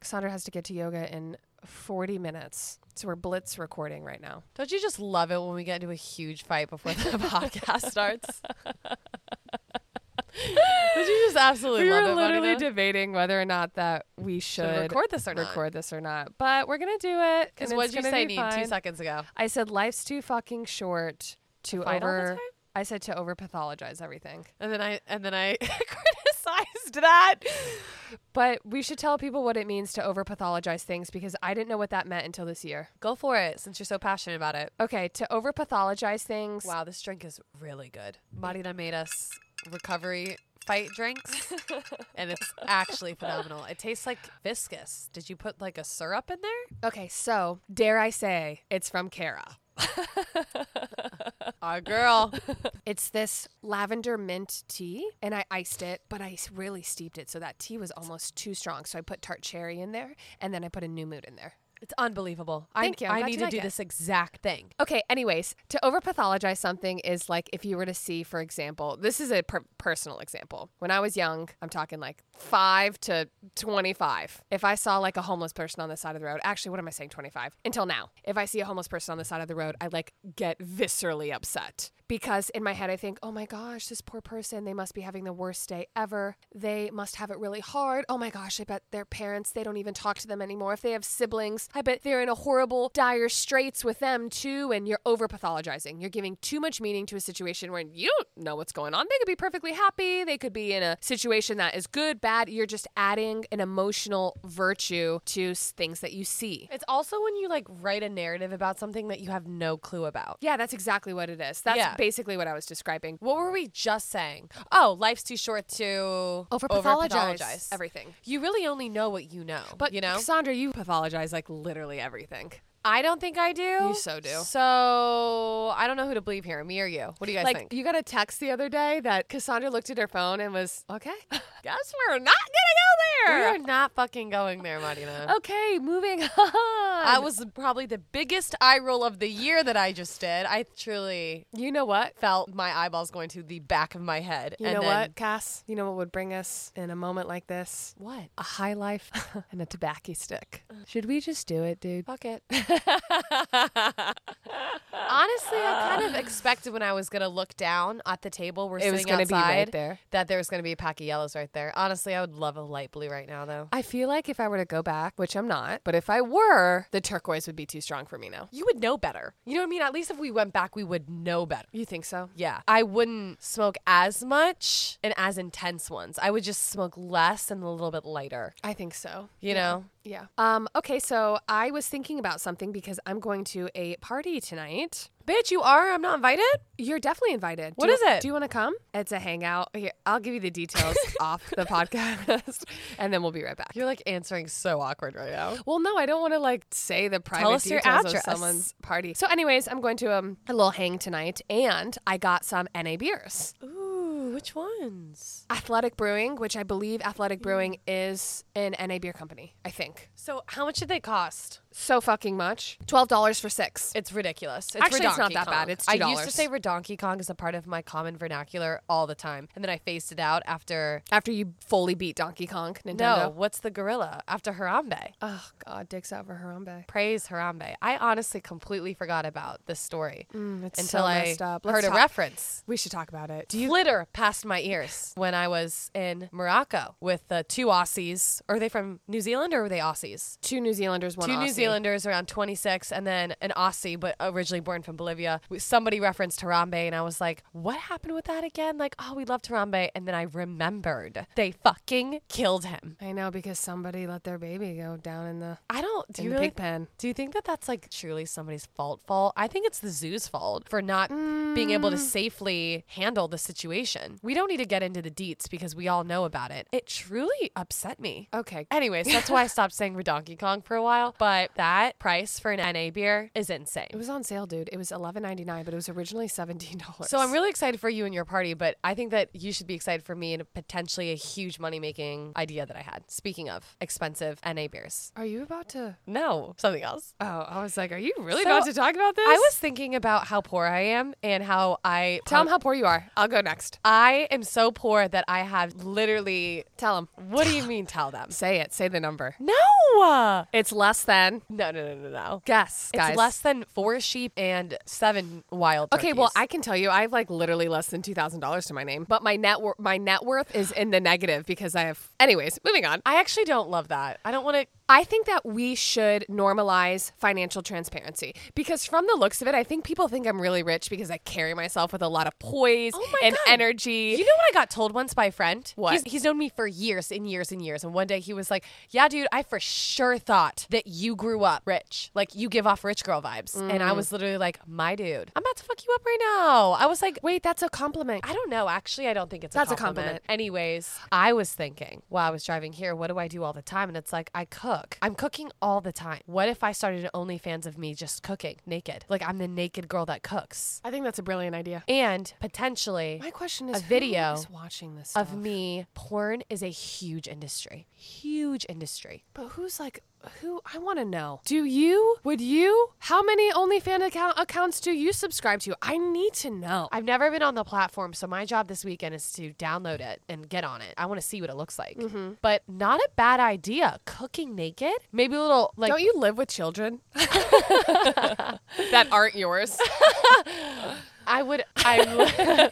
Cassandra has to get to yoga in 40 minutes. So we're blitz recording right now. Don't you just love it when we get into a huge fight before the podcast starts? Don't you just absolutely we love were it? literally Monica? debating whether or not that we should, record this or not. record this or not. But we're gonna do it. Because and what it's did you gonna say be Neen, two fine. seconds ago? I said life's too fucking short to Fight all the over. time? I said to over pathologize everything. And then I and then I criticized that. But we should tell people what it means to over pathologize things because I didn't know what that meant until this year. Go for it, since you're so passionate about it. Okay, to over pathologize things. Wow, this drink is really good. Marina made us recovery fight drinks, and it's actually phenomenal. It tastes like viscous. Did you put like a syrup in there? Okay, so dare I say it's from Cara. Our girl. It's this lavender mint tea, and I iced it, but I s- really steeped it, so that tea was almost too strong. So I put tart cherry in there, and then I put a new mood in there. It's unbelievable. Thank I, you. I'm I glad need you to like do it. this exact thing. Okay, anyways, to over pathologize something is like if you were to see, for example, this is a per- personal example. When I was young, I'm talking like five to 25. If I saw like a homeless person on the side of the road, actually, what am I saying, 25? Until now. If I see a homeless person on the side of the road, I like get viscerally upset because in my head, I think, oh my gosh, this poor person, they must be having the worst day ever. They must have it really hard. Oh my gosh, I bet their parents, they don't even talk to them anymore. If they have siblings, I bet they're in a horrible, dire straits with them too. And you're over pathologizing. You're giving too much meaning to a situation where you don't know what's going on. They could be perfectly happy. They could be in a situation that is good, bad. You're just adding an emotional virtue to s- things that you see. It's also when you like write a narrative about something that you have no clue about. Yeah, that's exactly what it is. That's Yeah. basically what I was describing. What were we just saying? Oh, life's too short to Over pathologize over-pathologize. everything. You really only know what you know. But you know, Cassandra, you pathologize like literally everything. I don't think I do. You so do. So I don't know who to believe here, me or you. What do you guys Like think? you got a text the other day that Cassandra looked at her phone and was okay. Guess we're not gonna We go are there. not fucking going there, Marina. Okay, moving on. That was probably the biggest eye roll of the year that I just did. I truly you know what? felt my eyeballs going to the back of my head. You and know then, what, Cass? You know what would bring us in a moment like this? What? A high life and a tobacco stick. Should we just do it, dude? Fuck it. Honestly, I kind of expected when I was gonna look down at the table we're It sitting was gonna be right outside there. that there was gonna be a pack of yellows right there. Honestly, I would love a light blue right now though. I feel like if I were to go back, which I'm not, but if I were, the turquoise would be too strong for me now. You would know better. You know what I mean? At least if we went back, we would know better. You think so? Yeah, I wouldn't smoke as much and as intense ones. I would just smoke less and a little bit lighter. I think so. You know? Yeah. Um, okay, so I was thinking about something because I'm going to a party tonight. Bitch, you are. I'm not invited. You're definitely invited. What What is is it? Do you want to come? It's a hangout. Here, I'll give you the details off the podcast, and then we'll be right back. You're like answering so awkward right now. Well, no, I don't want to like say the private us your details of address. someone's party. So, anyways, I'm going to um, a little hang tonight, and I got some NA beers. Ooh, which ones? Athletic Brewing, which I believe Mm. Athletic Brewing is an NA beer company. I think So, how much did they cost? so fucking much. Twelve dollars for six. It's ridiculous. It's Actually, it's not Redonkey that Kong. bad. It's I used to $2. say Redonkey Kong is a part of my common vernacular all the time, and then I phased it out after. After you fully beat Donkey Kong, Nintendo. No, what's the gorilla? After Harambe. Oh God, dicks out for Harambe. Praise Harambe. I honestly completely forgot about this story Mm, it's until so I messed up. Let's heard a talk- reference. We should talk about it. Do you? Flitter past my ears when I was in Morocco with uh, two Aussies. Are they from New Zealand or were they Aussies? Two New Zealanders, one Two New Aussie. Zealanders around 26, and then an Aussie, but originally born from Bolivia. Somebody referenced Harambe, and I was like, what happened with that again? Like, oh, we loved Harambe. And then I remembered they fucking killed him. I know because somebody let their baby go down in the I don't. Do in you the really? pig pen. Do you think that that's like truly somebody's fault? Fault? I think it's the zoo's fault for not being able to Mm. safely handle the situation. We don't need to get into the deets because we all know about it. It truly upset me. Okay. Anyways, that's why I stopped saying for Donkey Kong for a while. But that price for an NA beer is It insane. was on sale, dude. It was eleven ninety nine, but it was originally seventeen dollars. So I'm really excited for you and your party, but I think that you should be excited for me and potentially a huge money making idea that I had. Speaking of expensive NA beers. Are you about to? No, something else. Oh, I was like, are you really So, about to talk about this? I was thinking about how poor I am and how I Tell them how poor you are. I'll go next. I I am so poor that I have literally. Tell them. What do you mean tell them? Say it. Say the number. No. It's less than. No, no, no, no, no. Guess, guys. It's less than four sheep and seven wild Okay, well, turkeys. I can tell you, I have like literally less than two thousand dollars to my name, but my net wor- my net worth is in the negative because I have. Anyways, moving on. I actually don't love that. I don't want to. I think that we should normalize financial transparency because, from the looks of it, I think people think I'm really rich because I carry myself with a lot of poise Oh my and God. energy. You know what I got told once by a friend? What? He's, he's known me for years and years and years. And one day he was like, Yeah, dude, I for sure thought that you grew up rich. Like, you give off rich girl vibes. And I was literally like, My dude, I'm about to fuck you up right now. I was like, Wait, that's a compliment. I don't know. Actually, I don't think it's That's a a, compliment. compliment. Anyways, I was thinking while I was driving here, what do I do all the time? And it's like I cook. I'm cooking all the time. What if I started an OnlyFans of me just cooking naked? Like I'm the naked girl that cooks, I think that's a brilliant idea. and potentially My question is, A video who is watching this of stuff? me. Porn is a huge industry. Huge industry. But who's like who? I want to know. Do you? Would you? How many OnlyFans account- accounts do you subscribe to? I need to know. I've never been on the platform, so my job this weekend is to download it and get on it. I want to see what it looks like. Mm-hmm. But not a bad idea. Cooking naked, maybe a little like Don't you live with children that aren't yours? I would. I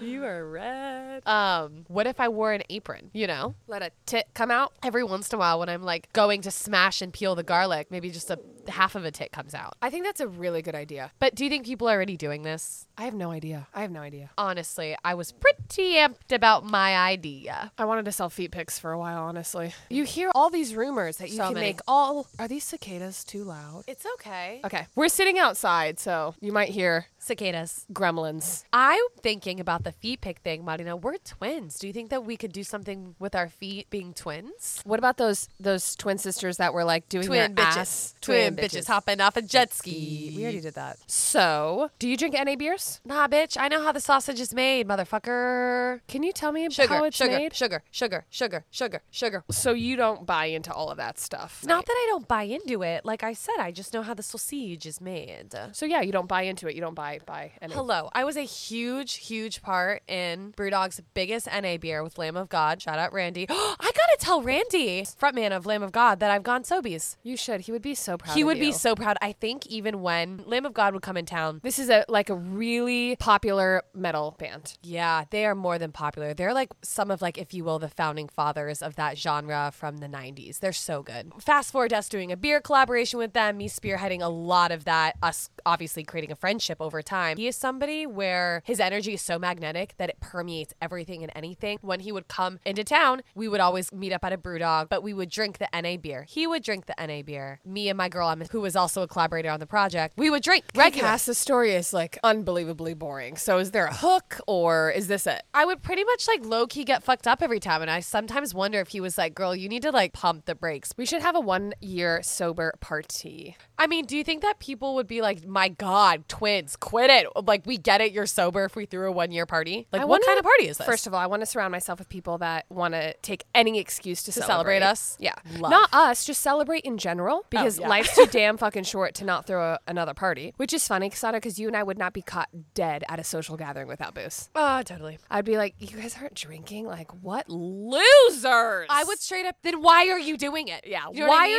You are red. would. um. What if I wore an apron? You know, Let a tit come out. every once in a while when I'm like going to smash and peel the garlic, maybe just a half of a tit comes out. I think that's a really good idea. But do you think people are already doing this? I have no idea. I have no idea. Honestly, I was pretty amped about my idea. I wanted to sell feet pics for a while, honestly. You hear all these rumors that you So can many. make all. Are these cicadas too loud? It's okay. Okay, we're sitting outside, so you might hear Cicadas. gremlins. I'm thinking about the feet pick thing, Marina. We're twins. Do you think that we could do something with our feet being twins? What about those those twin sisters that were like doing their ass? Twin, bitches. hopping off a jet ski. We already did that. So, do you drink NA beers? Nah, bitch. I know how the sausage is made, motherfucker. Can you tell me Sugar, how it's sugar, made? sugar, sugar, sugar, sugar, sugar. So you don't buy into all of that stuff. Not that I don't buy into it. Like I said, I just know how the sausage is made. So yeah, you don't buy into it. You don't buy buy NA. Hello. I was a huge, huge part in Brewdog's biggest NA beer with Lamb of God. Shout out Randy. I gotta tell Randy, frontman of Lamb of God, that I've gone Sobeys. You should. He would be so proud. He of would be you. so proud. I think even when Lamb of God would come in town, This is a like a really popular metal band. yeah, they are more than popular. They're like some of like, if you will, the founding fathers of that genre from the '90s. They're so good. Fast forward to us doing a beer collaboration with them, me spearheading a lot of that. Us obviously creating a friendship over time. He is somebody where his energy is so magnetic that it permeates everything and anything. When he would come into town, we would always meet up at a brew dog, but we would drink the NA beer. He would drink the NA beer. Me and my girl Emma, who was also a collaborator on the project, we would drink regular. Cass's story is like unbelievably boring. So is there a hook or is this it? I would pretty much like low key get fucked up every time. And I sometimes wonder if he was like, girl, you need to like pump the brakes. We should have a one year sober party. I mean, do you think that people would be like, my God, twins, quit it? Like, we get it. You're sober if we threw a one year party. Like, I what wanna- kind of party is this? First of all, I want to surround myself with people that want to take any excuse to, celebrate us? Yeah. Love. Oh, Not us, just celebrate in general because yeah. life's too damn fucking short to not throw a, another party, which is funny, Casada, because you and I would not be caught dead at a social gathering without booze. oh, totally. I'd be like, you guys aren't drinking? Like, what losers? I would straight up, then why are you doing it? Yeah. You know what I mean?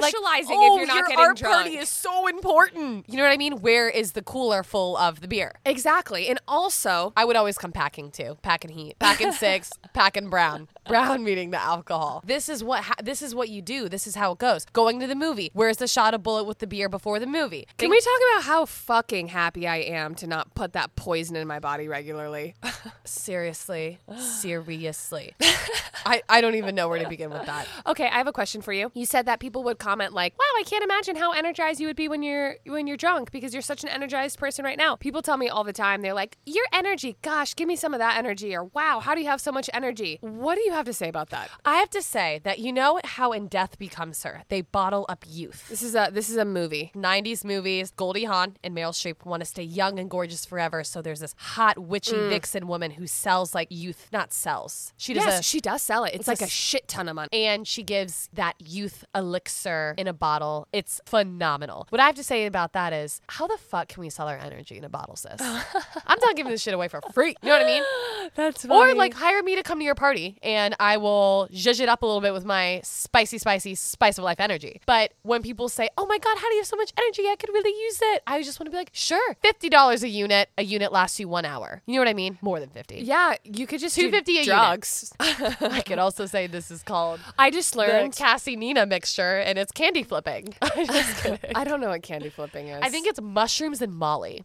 Like, oh, your art art party party is so important. You know what I mean? Where is the cooler full of the beer? Exactly. And also, I would always come packing too, packing heat, packing six, packing brown, brown meaning the alcohol. This is what ha- this is what you do. This is how it goes. Going to the movie. Where's the shot of bullet with the beer before the movie? Can we talk about how fucking happy I am to not put that poison in my body regularly? seriously, seriously, I I don't even know where to begin with that. okay, I have a question for you. You said that people would comment like, "Wow, I can't imagine how energized you would be when you're when you're drunk because you're such an energized person right now." People tell me all the time they're like, "Your energy, gosh, give me some of that energy." Or, "Wow, how do you have so much energy?" What do you have to say about that? I have to say that you know how in death becomes her. They bottle up youth. This is a this is a movie. 90s movies, Goldie Hawn and Meryl Streep want to stay young and gorgeous forever. So there's this hot, witchy vixen woman who sells like youth, not sells. She does yes, a, she does sell it. It's, like a a shit ton of money. and she gives that youth elixir in a bottle. It's phenomenal. What I have to say about that is, how the fuck can we sell our energy in a bottle, sis. I'm not giving this shit away for free. You know what I mean? That's Or like hire me to come to your party and I will zhuzh it up a little bit with my spicy, spicy, spice of life energy. But when people say, Oh my god, how do you have so much energy? I could really use it. I just want to be like, sure. Fifty dollars a unit. A unit lasts you one hour. You know what I mean? More than fifty. yeah, you could just do 250 a unit. drugs. I could also say this is called I just the learned. Cassie Nina mixture and it's candy flipping. I'm just kidding. I don't know what candy flipping is. I think it's mushrooms and Molly.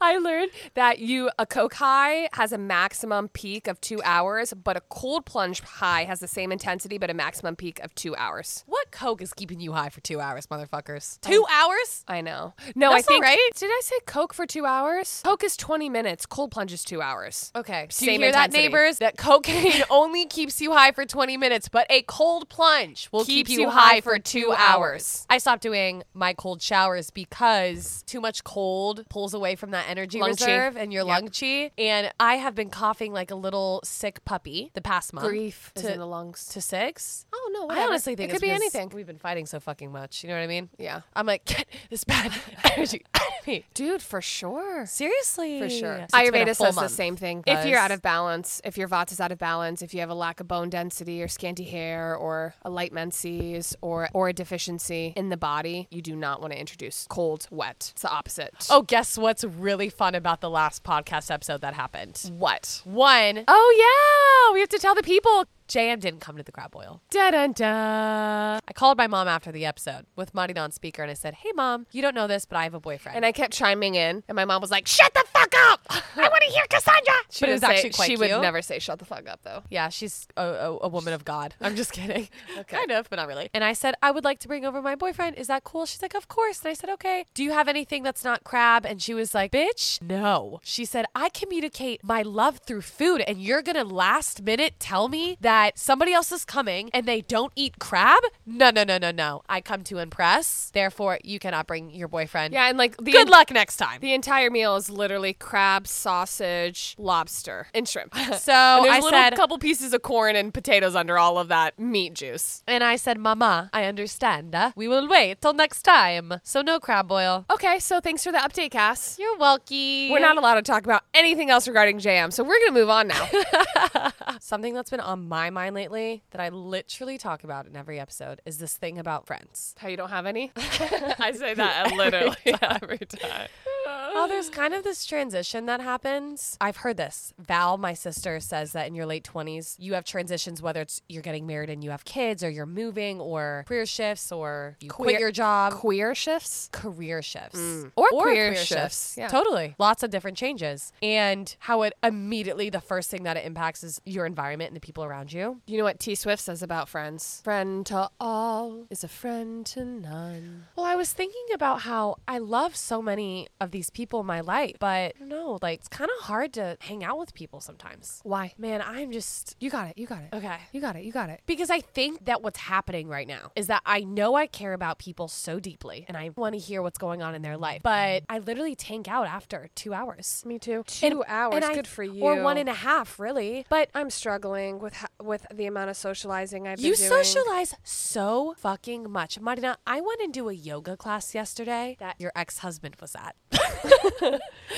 I learned that you a coke high has a maximum peak of two hours, but a cold plunge high has the same intensity but a maximum peak of two hours. What Coke is keeping you high for two hours, motherfuckers? Two hours? I know. No, That's I not think right. Did I say coke for two hours? Coke is twenty minutes. Cold plunge is two hours. Okay. So you Same hear intensity. that, neighbors? That cocaine only keeps you high for 20 minutes, but a cold plunge will Keeps keep you high for two hours. I stopped doing my cold showers because too much cold pulls away from that energy Lung chi. reserve and your Yep. lung chi. And I have been coughing like a little sick puppy the past month. Grief is to, in the lungs. to six. oh no, I honestly it think could it's be because anything. We've been fighting so fucking much. You know what I mean? Yeah. I'm like, get this bad energy out of me. Dude, for sure. Seriously. For sure. So it's been a Ayurveda full says the month. same thing. If guys. you're out of balance, if your Vata's out of balance, if you have a lack of bone density or scanty hair or a light menses or or a deficiency in the body, you do not want to introduce cold, wet. It's the opposite. Oh, guess what's really fun about the last podcast episode that happened? what? One, Oh yeah, we have to tell the people. JM didn't come to the crab oil. Da da da. I called my mom after the episode with Monty on speaker and I said, Hey, mom, you don't know this, but I have a boyfriend. And I kept chiming in, and my mom was like, "Shut the fuck up! I want to hear Cassandra." She But would it was say- actually quite She would cute. never say "shut the fuck up" though. yeah, she's a, a, a woman of God. I'm just kidding. Kind of, but not really. And I said, I would like to bring over my boyfriend. Is that cool? She's like, Of course. And I said, Okay. Do you have anything that's not crab? And she was like, Bitch, no. She said, I communicate my love through food, and you're going to last minute tell me that somebody else is coming and they don't eat crab? No, no, no, no, no. I come to impress. Therefore, you cannot bring your boyfriend. Yeah, and like the Good luck next time. The entire meal is literally crab, sausage, lobster, and shrimp. So And there's I a little said, couple pieces of corn and potatoes under all of that meat juice. and I said, Mama, I understand. uh, We will wait till next time. So no crab oil. Okay, so thanks for the update, Cass. You're welcome. We're not allowed to talk about anything else regarding JM, so we're gonna move on now. Something that's been on my mind lately that I literally talk about in every episode is this thing about friends. How you don't have any? I say that literally every time. Well, Oh, there's kind of this transition that happens. I've heard this. Val, my sister, says that in your late 20s, you have transitions, whether it's you're getting married and you have kids, or you're moving, or career shifts, or you quit Queer- your job. Queer shifts? career shifts Or career shifts, yeah. Totally. Lots of different changes. And how it immediately, the first thing that it impacts is your environment and the people around you. You know what T Swift says about friends? Friend to all is a friend to none. Well, I was thinking about how I love so many of these people in my life, but I don't know, like it's kind of hard to hang out with people sometimes. Why? Man, I'm just, You got it, you got it. okay. You got it, you got it. Because I think that what's happening right now is that I know I care about people so deeply and I want to hear what's going on in their life, but I literally tank out after two hours. Me too. Two And- hours, and I- good for you. Or one and a half, really. But I'm struggling with ho- with the amount of socializing I've You been doing. socialize so fucking much. Marina, I went into a yoga class yesterday that your ex husband was at.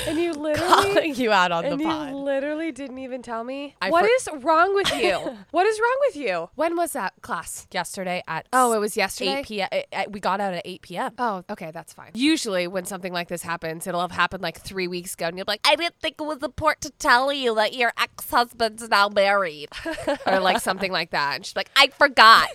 and you literally Calling you out on and the you pod. literally didn't even tell me. What I is wrong with you? what is wrong with you? When was that class? yesterday at Oh, it s- was yesterday. 8 p.m. uh, uh, We got out at 8 p.m. Oh, okay, that's fine. Usually, when something like this happens, it'll have happened like three weeks ago, and you're like, I didn't think it was important to tell you that your ex husband's now married. or like something like that. And she's like, I forgot.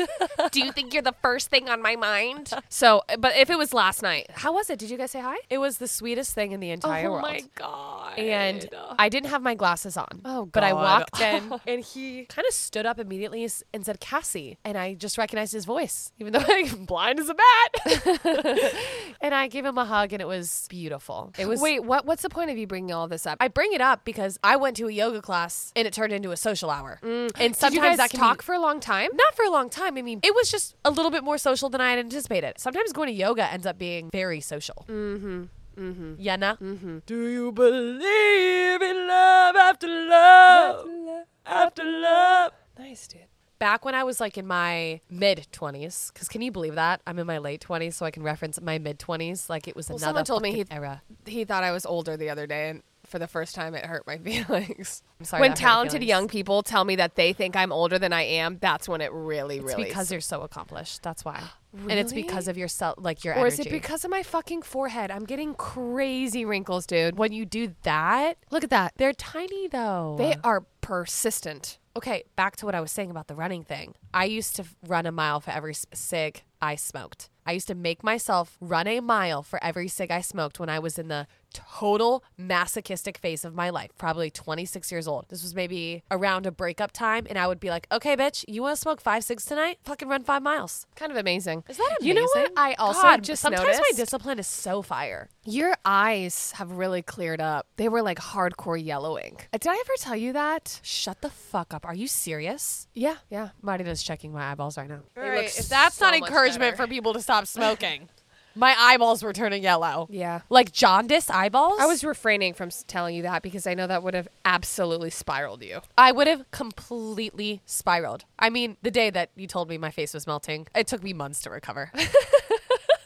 Do you think you're the first thing on my mind? so, but if it was last night, how was it? Did you guys say hi? It was the sweetest thing in the entire world. Oh god! and I didn't have my glasses on. Oh, But I God. walked in and he kind of stood up immediately s- and said, Cassie. And I just recognized his voice, even though I'm blind as a bat. and I gave him a hug and it was beautiful. It was. wait, what? What's the point of you bringing all this up? I bring it up because I went to a yoga class and it turned into a social hour. And Mm. Did sometimes you guys that can be- talk for a long time? not for a long time. I mean, it was just a little bit more social than I had anticipated. Sometimes going to yoga ends up being very social. Mm-hmm. Mm-hmm. Yenna? Mm-hmm. Do you believe in love after love? After love. Nice, dude. back when I was like in my mid 20s, because can you believe that? I'm in my late 20s, so I can reference my mid 20s. Like it was Well, another someone told me fucking he- era. He thought I was older the other day, and for the first time, it hurt my feelings. I'm sorry when that hurt your talented feelings. young people tell me that they think I'm older than I am, that's when it really, It's really. because you're so accomplished. That's why. And it's because Really? of your cell, like your or energy. is it because of my fucking forehead? I'm getting crazy wrinkles, dude. when you do that, Look at that. they're tiny though. They are persistent. okay, back to what I was saying about the running thing. I used to f- run a mile for every s- cig I smoked. I used to make myself run a mile for every cig I smoked when I was in the total masochistic phase of my life, probably 26 years old. This was maybe around a breakup time, and I would be like, okay, bitch, you want to smoke five cigs tonight? Fucking run five miles. Kind of amazing. Is that amazing? You know what? I also God, just sometimes my noticed discipline is so fire. your eyes have really cleared up. They were like hardcore yellowing. Uh, Did I ever tell you that? Shut the fuck up. Are you serious? Yeah, yeah. Marina's checking my eyeballs right now. They look If that's so not much encouragement better. for people to stop smoking, my eyeballs were turning yellow. Yeah. Like jaundice eyeballs? I was refraining from s- telling you that because I know that would have absolutely spiraled you. I would have completely spiraled. I mean, the day that you told me my face was melting, it took me months to recover.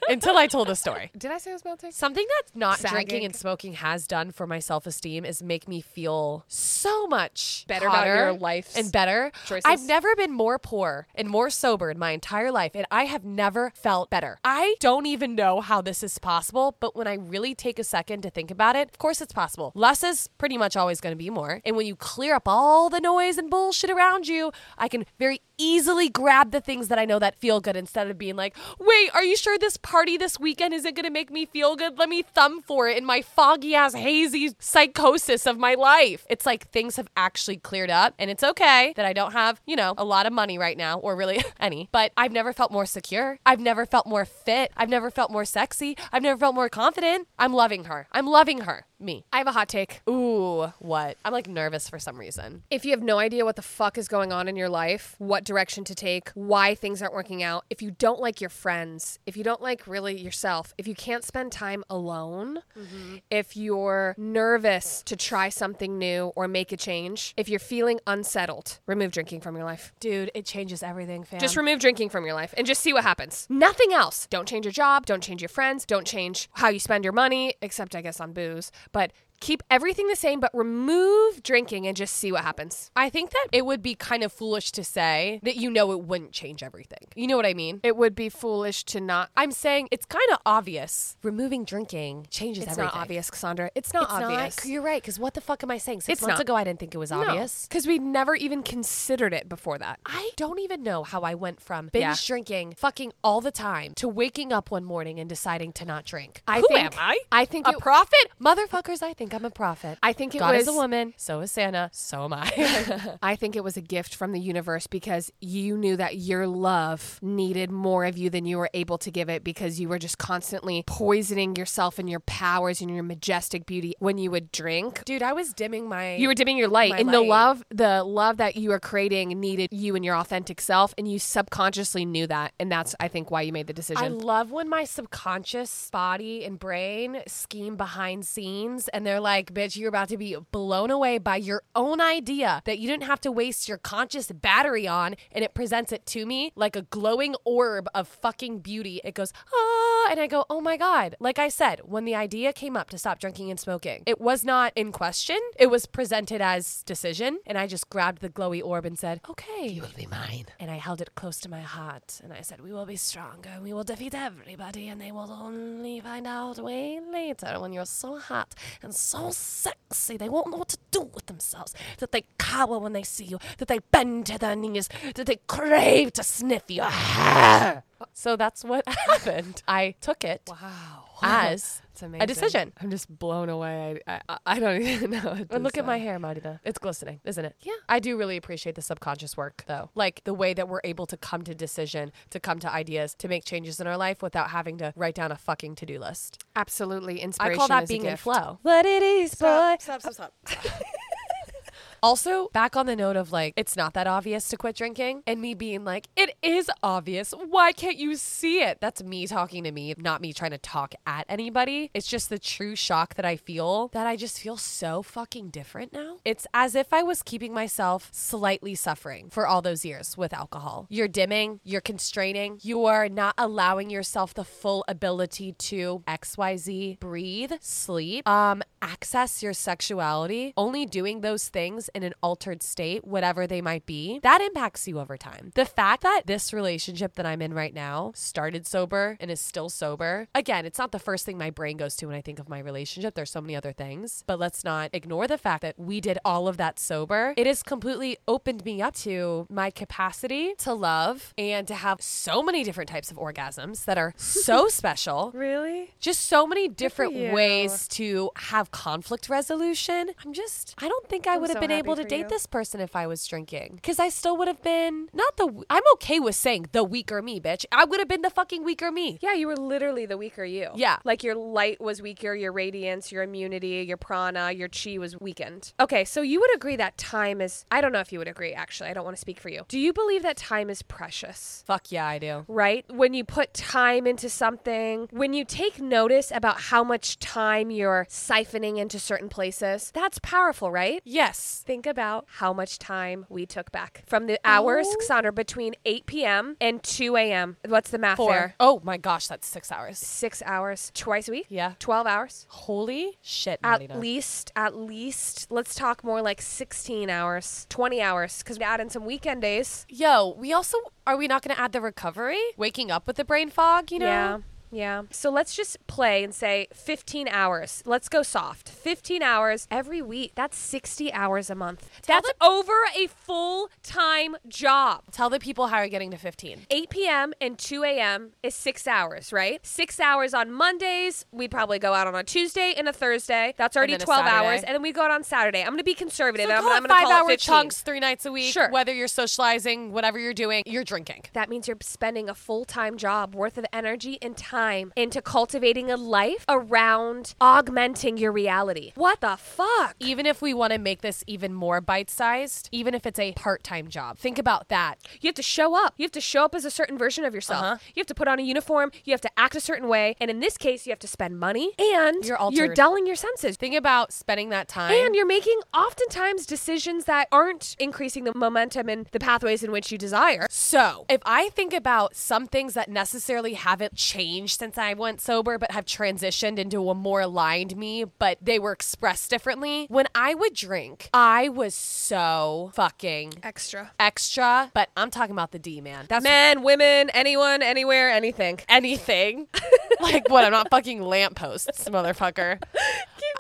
Until I told the story. Did I say it was melting? Something that's not drinking Sagging. and smoking has done for my self esteem is make me feel so much Better about hotter your life's and better. choices. I've never been more poor and more sober in my entire life, and I have never felt better. I don't even know how this is possible, but when I really take a second to think about it, of course it's possible. Less is pretty much always going to be more, and when you clear up all the noise and bullshit around you, I can very easily grab the things that I know that feel good instead of being like, wait, are you sure this party this weekend isn't going to make me feel good? Let me thumb for it in my foggy ass, hazy psychosis of my life. It's like things have actually cleared up, and it's okay that I don't have, you know, a lot of money right now or really any, but I've never felt more secure. I've never felt more fit. I've never felt more sexy. I've never felt more confident. I'm loving her. I'm loving her. Me. I have a hot take. Ooh, what? I'm like nervous for some reason. If you have no idea what the fuck is going on in your life, what direction to take, why things aren't working out, if you don't like your friends, if you don't like really yourself, if you can't spend time alone, if you're nervous to try something new or make a change, if you're feeling unsettled, remove drinking from your life. Dude, it changes everything, fam. Just remove drinking from your life and just see what happens. Nothing else. Don't change your job. Don't change your friends. Don't change how you spend your money, except I guess on booze. But keep everything the same, but remove drinking and just see what happens. I think that it would be kind of foolish to say that you know it wouldn't change everything. You know what I mean? It would be foolish to not. I'm saying it's kind of obvious. Removing drinking changes It's everything. not obvious, Cassandra. It's not It's obvious. not. You're right. Because what the fuck am I saying? Six It's months not. ago, I didn't think it was obvious. Because we never even considered it before that. I don't even know how I went from binge Yeah. drinking, fucking all the time, to waking up one morning and deciding to not drink. I Who think- am I? I think a it- prophet, motherfuckers. I think I'm a prophet. I think it God is was- a woman. So is Santa. So am I. I think it was a gift from the universe because you knew that your love needed more of you than you were able to give it because you were just constantly poisoning yourself and your powers and your majestic beauty when you would drink. Dude, I was dimming my. You were dimming your light, My and the light. love, the love that you were creating needed you and your authentic self, and you subconsciously knew that, and that's I think why you made the decision. I love when my subconscious body and brain scheme behind scenes and they're like, bitch, you're about to be blown away by your own idea that you didn't have to waste your conscious battery on. And it presents it to me like a glowing orb of fucking beauty. It goes, ah, and I go, oh my God. Like I said, when the idea came up to stop drinking and smoking, it was not in question. It was presented as decision. And I just grabbed the glowy orb and said, okay. You will be mine. And I held it close to my heart. And I said, we will be stronger. and We will defeat everybody. And they will only find out way later when you're so hot and so sexy. They won't know what to do with themselves. That they cower when they see you. That they bend to their knees. That they crave to sniff your hair. So that's what happened. I took it wow, as a decision. I'm just blown away. I I, I don't even know. What to And look at say. my hair, Marina. It's glistening, isn't it? Yeah. I do really appreciate the subconscious work, though. Like the way that we're able to come to decision, to come to ideas, to make changes in our life without having to write down a fucking to do list. absolutely inspiration. I call that is a being in gift. flow. What it is, boy. Stop, stop, stop. Also, back on the note of like, it's not that obvious to quit drinking, and me being like, it is obvious. Why can't you see it? That's me talking to me, not me trying to talk at anybody. It's just the true shock that I feel that I just feel so fucking different now. It's as if I was keeping myself slightly suffering for all those years with alcohol. You're dimming, you're constraining, you are not allowing yourself the full ability to XYZ breathe, sleep, um, access your sexuality, only doing those things in an altered state, whatever they might be, that impacts you over time. The fact that this relationship that I'm in right now started sober and is still sober, again, it's not the first thing my brain goes to when I think of my relationship. There's so many other things, but let's not ignore the fact that we did all of that sober. It has completely opened me up to my capacity to love and to have so many different types of orgasms that are so special Really? just so many different you. ways to have conflict resolution. I'm just, I don't think I would have so been happy able to for date you. this person if I was drinking because I still would have been not the, I'm okay with saying the weaker me, bitch. I would have been the fucking weaker me. Yeah, you were literally the weaker you. Yeah. Like your light was weaker, your radiance, your immunity, your prana, your chi was weakened. Okay, so you would agree that time is, I don't know if you would agree, actually. I don't want to speak for you. Do you believe that time is precious? Fuck yeah, I do. right? When you put time into something, when you take notice about how much time you're siphoning into certain places, that's powerful, right? Yes. Think about how much time we took back from the hours, Oh. Cassandra, between 8 p.m. and 2 a.m. What's the math Four. there? Oh my gosh, that's six hours. Six hours twice a week? Yeah. 12 hours? Holy shit, At Marina. least, at least, let's talk more like 16 hours, 20 hours, because we add in some weekend days. Yo, we also, are we not going to add the recovery? Waking up with the brain fog, you know? Yeah. Yeah. So let's just play and say 15 hours. Let's go soft. 15 hours every week. That's 60 hours a month. Tell That's over a full time job. Tell the people how you're getting to 15. 8 p.m. and 2 a.m. is six hours, right? Six hours on Mondays. We'd probably go out on a Tuesday and a Thursday. That's already then a 12 Saturday. hours. And then we go out on Saturday. I'm going to be conservative. So and I'm, call I'm it going to five call hour it 15. chunks, three nights a week. Sure. Whether you're socializing, whatever you're doing, you're drinking. That means you're spending a full time job worth of energy and time into cultivating a life around augmenting your reality. What the fuck? Even if we want to make this even more bite sized, even if it's a part time job, think about that. You have to show up. You have to show up as a certain version of yourself. Uh-huh. You have to put on a uniform. You have to act a certain way. And in this case, you have to spend money and You're you're altered. dulling your senses. Think about spending that time. And you're making oftentimes decisions that aren't increasing the momentum and the pathways in which you desire. so, if I think about some things that necessarily haven't changed since I went sober, but have transitioned into a more aligned me, but they were expressed differently, when I would drink, I was so fucking Extra. extra, but I'm talking about the D, man. That's Men, women, anyone, anywhere, anything. anything. like what? I'm not fucking lampposts, motherfucker.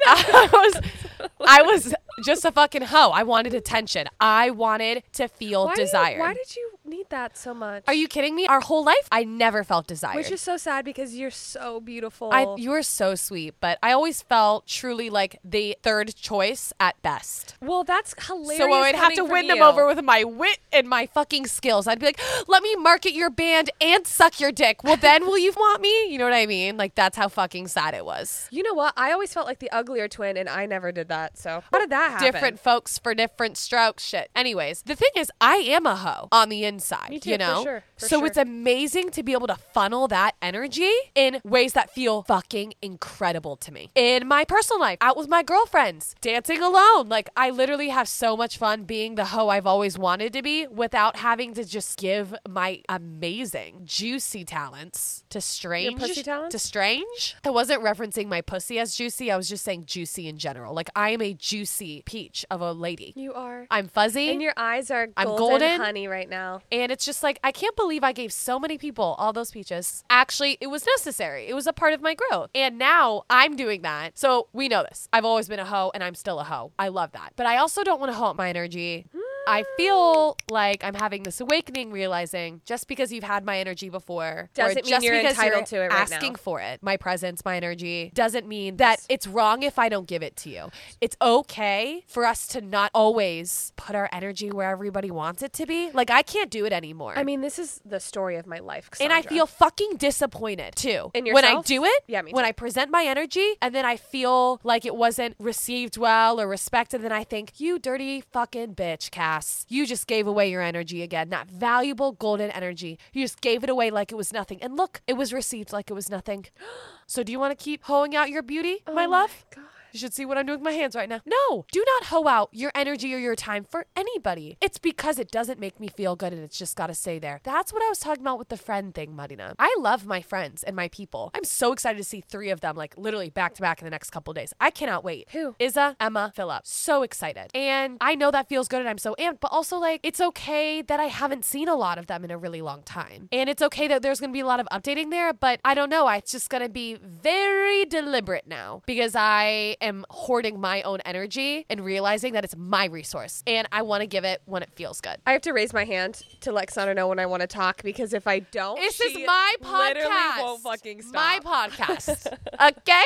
I was, I was just a fucking hoe. I wanted attention. I wanted to feel Why do you- desired. why did you need that so much? Are you kidding me? Our whole life, I never felt desired. Which is so sad because you're so beautiful. I, you were so sweet, but I always felt truly like the third choice at best. well, that's hilarious. So I would have coming to from win them you. over with my wit and my fucking skills. I'd be like, let me market your band and suck your dick. Well, then will you want me? You know what I mean? Like, that's how fucking sad it was. You know what? I always felt like the uglier twin, and I never did that. So how did that happen? Different folks for different strokes, shit. Anyways, the thing is, I am a hoe on the inside. Me too, you for know, sure, for so sure. it's amazing to be able to funnel that energy in ways that feel fucking incredible to me. In my personal life, out with my girlfriends, dancing alone, like I literally have so much fun being the hoe I've always wanted to be without having to just give my amazing, juicy talents to strange pussy talents? to strange. I wasn't referencing my pussy as juicy. I was just saying juicy in general. Like I am a juicy peach of a lady. You are. I'm fuzzy. and your eyes are golden, I'm golden. honey right now. And it's just like, I can't believe I gave so many people all those peaches. Actually, it was necessary. It was a part of my growth. And now I'm doing that. So we know this. I've always been a hoe and I'm still a hoe. I love that. But I also don't want to hoe up my energy I feel like I'm having this awakening, realizing just because you've had my energy before, or Doesn't mean just you're because entitled you're to it right now. asking for it, my presence, my energy, doesn't mean that it's wrong if I don't give it to you. It's okay for us to not always put our energy where everybody wants it to be. Like I can't do it anymore. I mean, this is the story of my life. and I Cassandra. feel fucking disappointed too. In When I yourself? do it, Yeah, me when too. I present my energy, and then I feel like it wasn't received well or respected, then I think, you dirty fucking bitch, Cass. You just gave away your energy again. That valuable golden energy. You just gave it away like it was nothing. And look, it was received like it was nothing. So do you want to keep hoeing out your beauty, Oh my love? You should see what I'm doing with my hands right now. No, do not hoe out your energy or your time for anybody. It's because it doesn't make me feel good and it's just got to stay there. That's what I was talking about with the friend thing, Marina. I love my friends and my people. I'm so excited to see three of them, like literally back to back in the next couple days. I cannot wait. Who? Izza, Emma, Philip. So excited. And I know that feels good and I'm so amped, but also like it's okay that I haven't seen a lot of them in a really long time. And it's okay that there's gonna be a lot of updating there, but I don't know. It's just gonna be very deliberate now because I am hoarding my own energy and realizing that it's my resource and I wanna give it when it feels good. I have to raise my hand to let Cassandra know when I want to talk because if I don't, This is she my podcast. Literally won't fucking stop. My podcast. okay?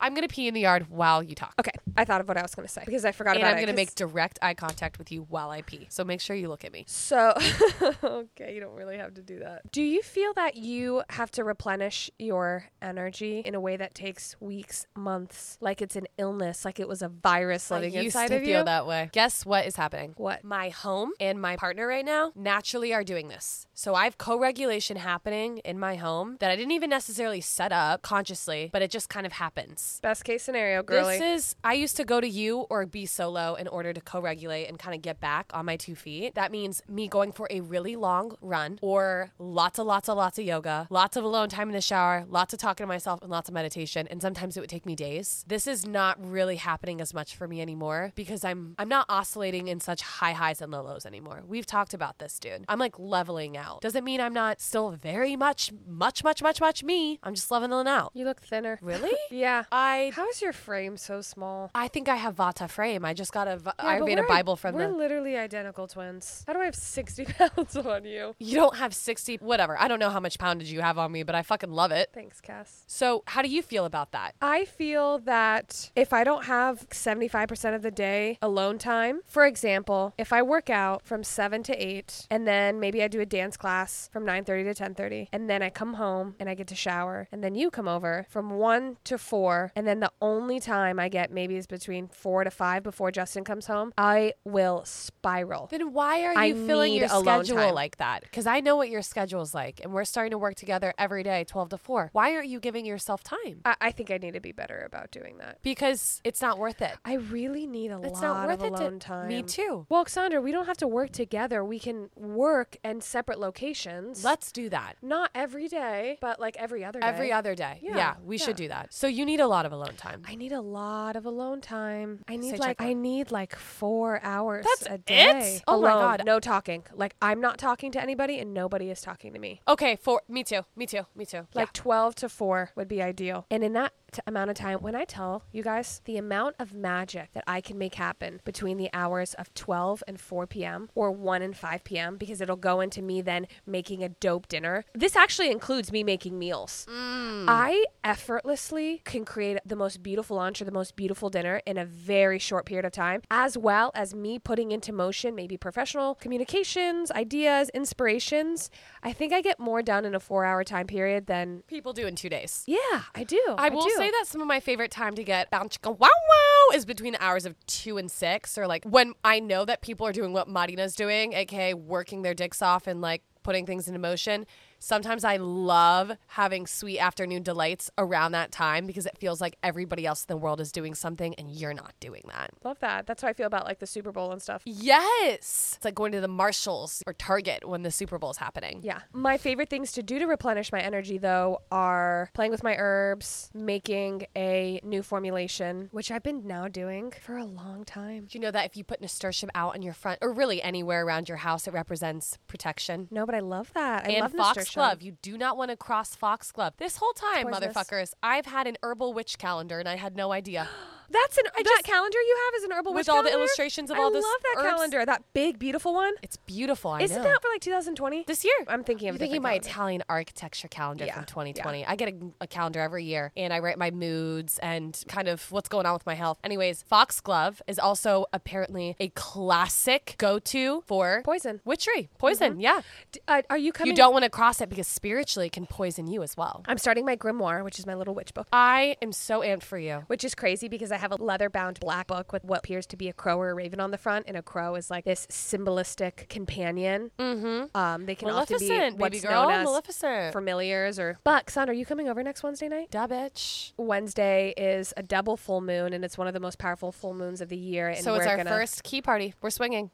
I'm gonna pee in the yard while you talk. okay, I thought of what I was going to say because I forgot And about I'm it. going to 'cause- make direct eye contact with you while I pee. So make sure you look at me. So, okay, you don't really have to do that. Do you feel that you have to replenish your energy in a way that takes weeks, months, like it's an illness, like it was a virus living I used inside to of feel you? that way. Guess what is happening? What? My home and my partner right now naturally are doing this. So I've co-regulation happening in my home that I didn't even necessarily set up consciously, but it just kind of happens. Best case scenario, girly. This is I used to go to you or be solo in order to co-regulate and kind of get back on my two feet. That means me going for a really long run or lots and lots and lots of yoga, lots of alone time in the shower, lots of talking to myself and lots of meditation. And sometimes it would take me days. This is not really happening as much for me anymore because I'm I'm not oscillating in such high highs and low lows anymore. We've talked about this, dude. I'm like leveling out. Doesn't mean I'm not still very much, much, much, much, much me. I'm just leveling out. you look thinner. Really? Yeah. I How is your frame so small? I think I have Vata frame. I just got a v- Yeah, but Ayurveda we're- Bible from We're the. literally identical twins. How do I have 60 pounds on you? You don't have 60, whatever. I don't know how much poundage you have on me, but I fucking love it. Thanks, Cass. So, how do you feel about that? I feel that if I don't have 75% of the day alone time, for example, if I work out from 7 to 8 and then maybe I do a dance class from 9:30 to 10:30 and then I come home and I get to shower and then you come over from 1 to 4 and then the only time I get maybe is between 4 to 5 before Justin comes home, I will spiral. Then why are you I filling your need alone schedule time. like that? Because I know what your schedule's like, and we're starting to work together every day, 12 to 4. Why aren't you giving yourself time? I, I think I need to be better about doing that. Because it's not worth it. I really need a It's lot not worth of it to- alone time. Me too. Well, Cassandra, we don't have to work together. We can work in separate locations. Let's do that. not every day, but like every other Every day. other day. Yeah, Yeah, we yeah. should do that. So, you need a lot of alone time. I need a lot of alone time. I need Say like check one. I need like four hours That's a it? day. Oh my Alone. God. no talking. Like I'm not talking to anybody, and nobody is talking to me. okay, for me too. Me too. Me too. Like 12 to 4 would be ideal. And in that t- amount of time, when I tell you guys the amount of magic that I can make happen between the hours of 12 and 4 p.m. or 1 and 5 p.m., because it'll go into me then making a dope dinner. This actually includes me making meals. I effortlessly can create the most beautiful lunch or the most beautiful dinner in a very short period of time, as well as me putting into motion maybe professional communications, ideas, inspirations. I think I get more done in a four hour time period than yeah. people do in two days. yeah, I do. I will do. say that some of my favorite time to get bounce chicka wow wow is between the hours of two and six, or like when I know that people are doing what Marina's doing, aka working their dicks off and like putting things into motion. Sometimes I love having sweet afternoon delights around that time because it feels like everybody else in the world is doing something and you're not doing that. Love that. That's how I feel about like the Super Bowl and stuff. Yes. It's like going to the Marshalls or Target when the Super Bowl is happening. Yeah. My favorite things to do to replenish my energy, though, are playing with my herbs, making a new formulation, which I've been now doing for a long time. Do you know that if you put nasturtium out on your front or really anywhere around your house, it represents protection? No, but I love that. I and love nasturtium. foxglove. You do not want to cross foxglove. This whole time, Poisonous. motherfuckers, I've had an herbal witch calendar and I had no idea. That's an just- that calendar you have is an herbal With witch all the calendar? illustrations of I all this love that herbs. calendar. That big beautiful one. It's beautiful. I Isn't know. that for like 2020? this year? I'm thinking of I'm a thinking different my calendar. Italian architecture calendar Yeah, from yeah. 2020. I get a, a calendar every year and I write my moods and kind of what's going on with my health. Anyways, Foxglove is also apparently a classic go to for Poison. witchery, poison. Yeah. D- uh, are you coming? you don't want to cross it because spiritually it can poison you as well. I'm starting my grimoire, which is my little witch book. I am so amped for you. Which is crazy because I have a leather bound black book with what appears to be a crow or a raven on the front, and a crow is like this symbolistic companion. Mm-hmm. Um, they can often Maleficent, be baby what's girl. known as Maleficent. familiars or. Buck, son, are you coming over next Wednesday night? Duh, bitch. Wednesday is a double full moon, and it's one of the most powerful full moons of the year. And So it's we're our gonna- first key party. We're swinging.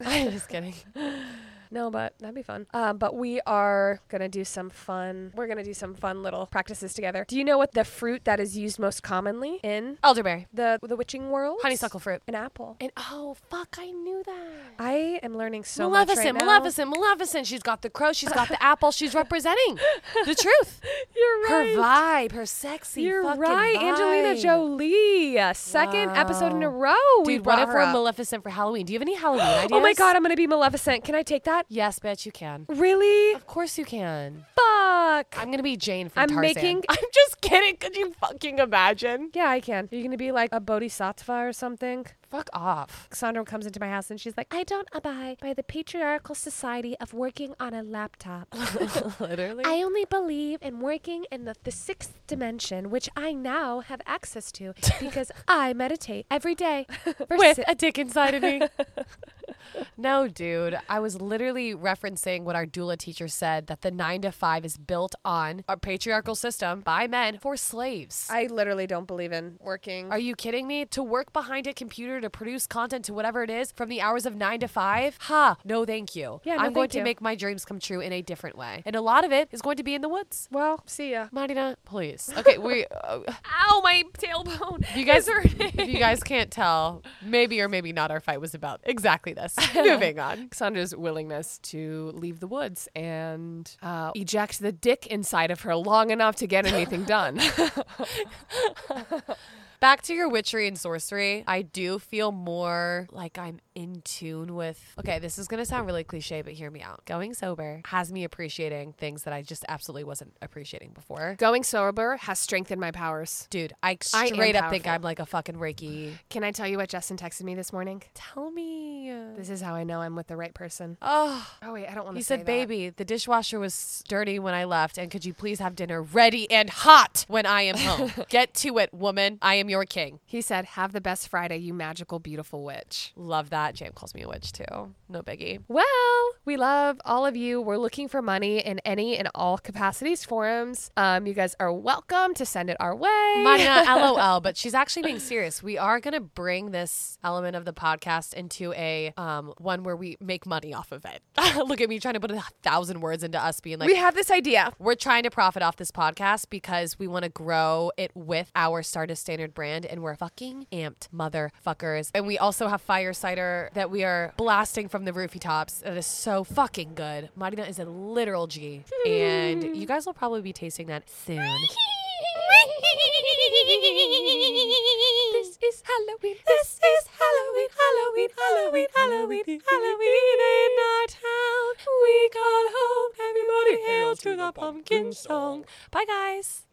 I'm just kidding. No, but that'd be fun. Um, but we are gonna do some fun. We're gonna do some fun little practices together. Do you know what the fruit that is used most commonly in Elderberry, the the witching world? honeysuckle fruit. An apple. And oh fuck, I knew that. I am learning so Maleficent, much right now. Maleficent, Maleficent. She's got the crow. She's got the apple. She's representing the truth. You're right. Her vibe, her sexy. You're fucking right, Angelina vibe. Jolie. A Second episode in a row. we Dude, what brought if her we're up. Maleficent for Halloween? Do you have any Halloween ideas? Oh my god, I'm gonna be Maleficent. Can I take that? Yes, bitch, you can. Really? Of course you can. Fuck. I'm gonna be Jane from I'm Tarzan. making- I'm just kidding. Could you fucking imagine? yeah, I can. Are you gonna be like a bodhisattva or something? Fuck off. Sandra comes into my house and she's like, I don't abide by the patriarchal society of working on a laptop. Literally. I only believe in working in the, the sixth dimension, which I now have access to because I meditate every day. For with si- a dick inside of me. no, dude. I was literally referencing what our doula teacher said that the nine to five is built on our patriarchal system by men for slaves. I literally don't believe in working. Are you kidding me? To work behind a computer to produce content to whatever it is from the hours of nine to five? Ha! No, thank you. Yeah, no, I'm going thank to you. make my dreams come true in a different way. And a lot of it is going to be in the woods. well, see ya. Marina, please. Okay, we. Uh, Ow, my tailbone. you guys, if you guys can't tell, maybe or maybe not, our fight was about exactly this. Moving on. Sandra's willingness to leave the woods and uh, eject the dick inside of her long enough to get anything done. Back to your witchery and sorcery, I do feel more like I'm in tune with. Okay, this is going to sound really cliche, but hear me out. Going sober has me appreciating things that I just absolutely wasn't appreciating before. Going sober has strengthened my powers. Dude, I I am straight up think powerful. I'm like a fucking Reiki. Can I tell you what Justin texted me this morning? Tell me. This is how I know I'm with the right person. Oh, Oh wait, I don't want to. he said, baby, the dishwasher was dirty when I left, and could you please have dinner ready and hot when I am home? Get to it, woman. I am your king. He said, "Have the best Friday, you magical, beautiful witch." Love that. Jam calls me a witch too. No biggie. Well, we love all of you. We're looking for money in any and all capacities forums. Um, you guys are welcome to send it our way. Marina, LOL, but she's actually being serious. We are going to bring this element of the podcast into a um, one where we make money off of it. Look at me trying to put a thousand words into us being like, we have this idea. we're trying to profit off this podcast because we want to grow it with our Stardust Standard brand, and we're fucking amped, motherfuckers. And we also have fire cider that we are blasting from the rooftops. It is so fucking good. Marina is a literal G, and you guys will probably be tasting that soon. This is Halloween. This is Halloween, Halloween, Halloween, Halloween, Halloween in our town. We call home. Everybody hail to the pumpkin song. Bye, guys.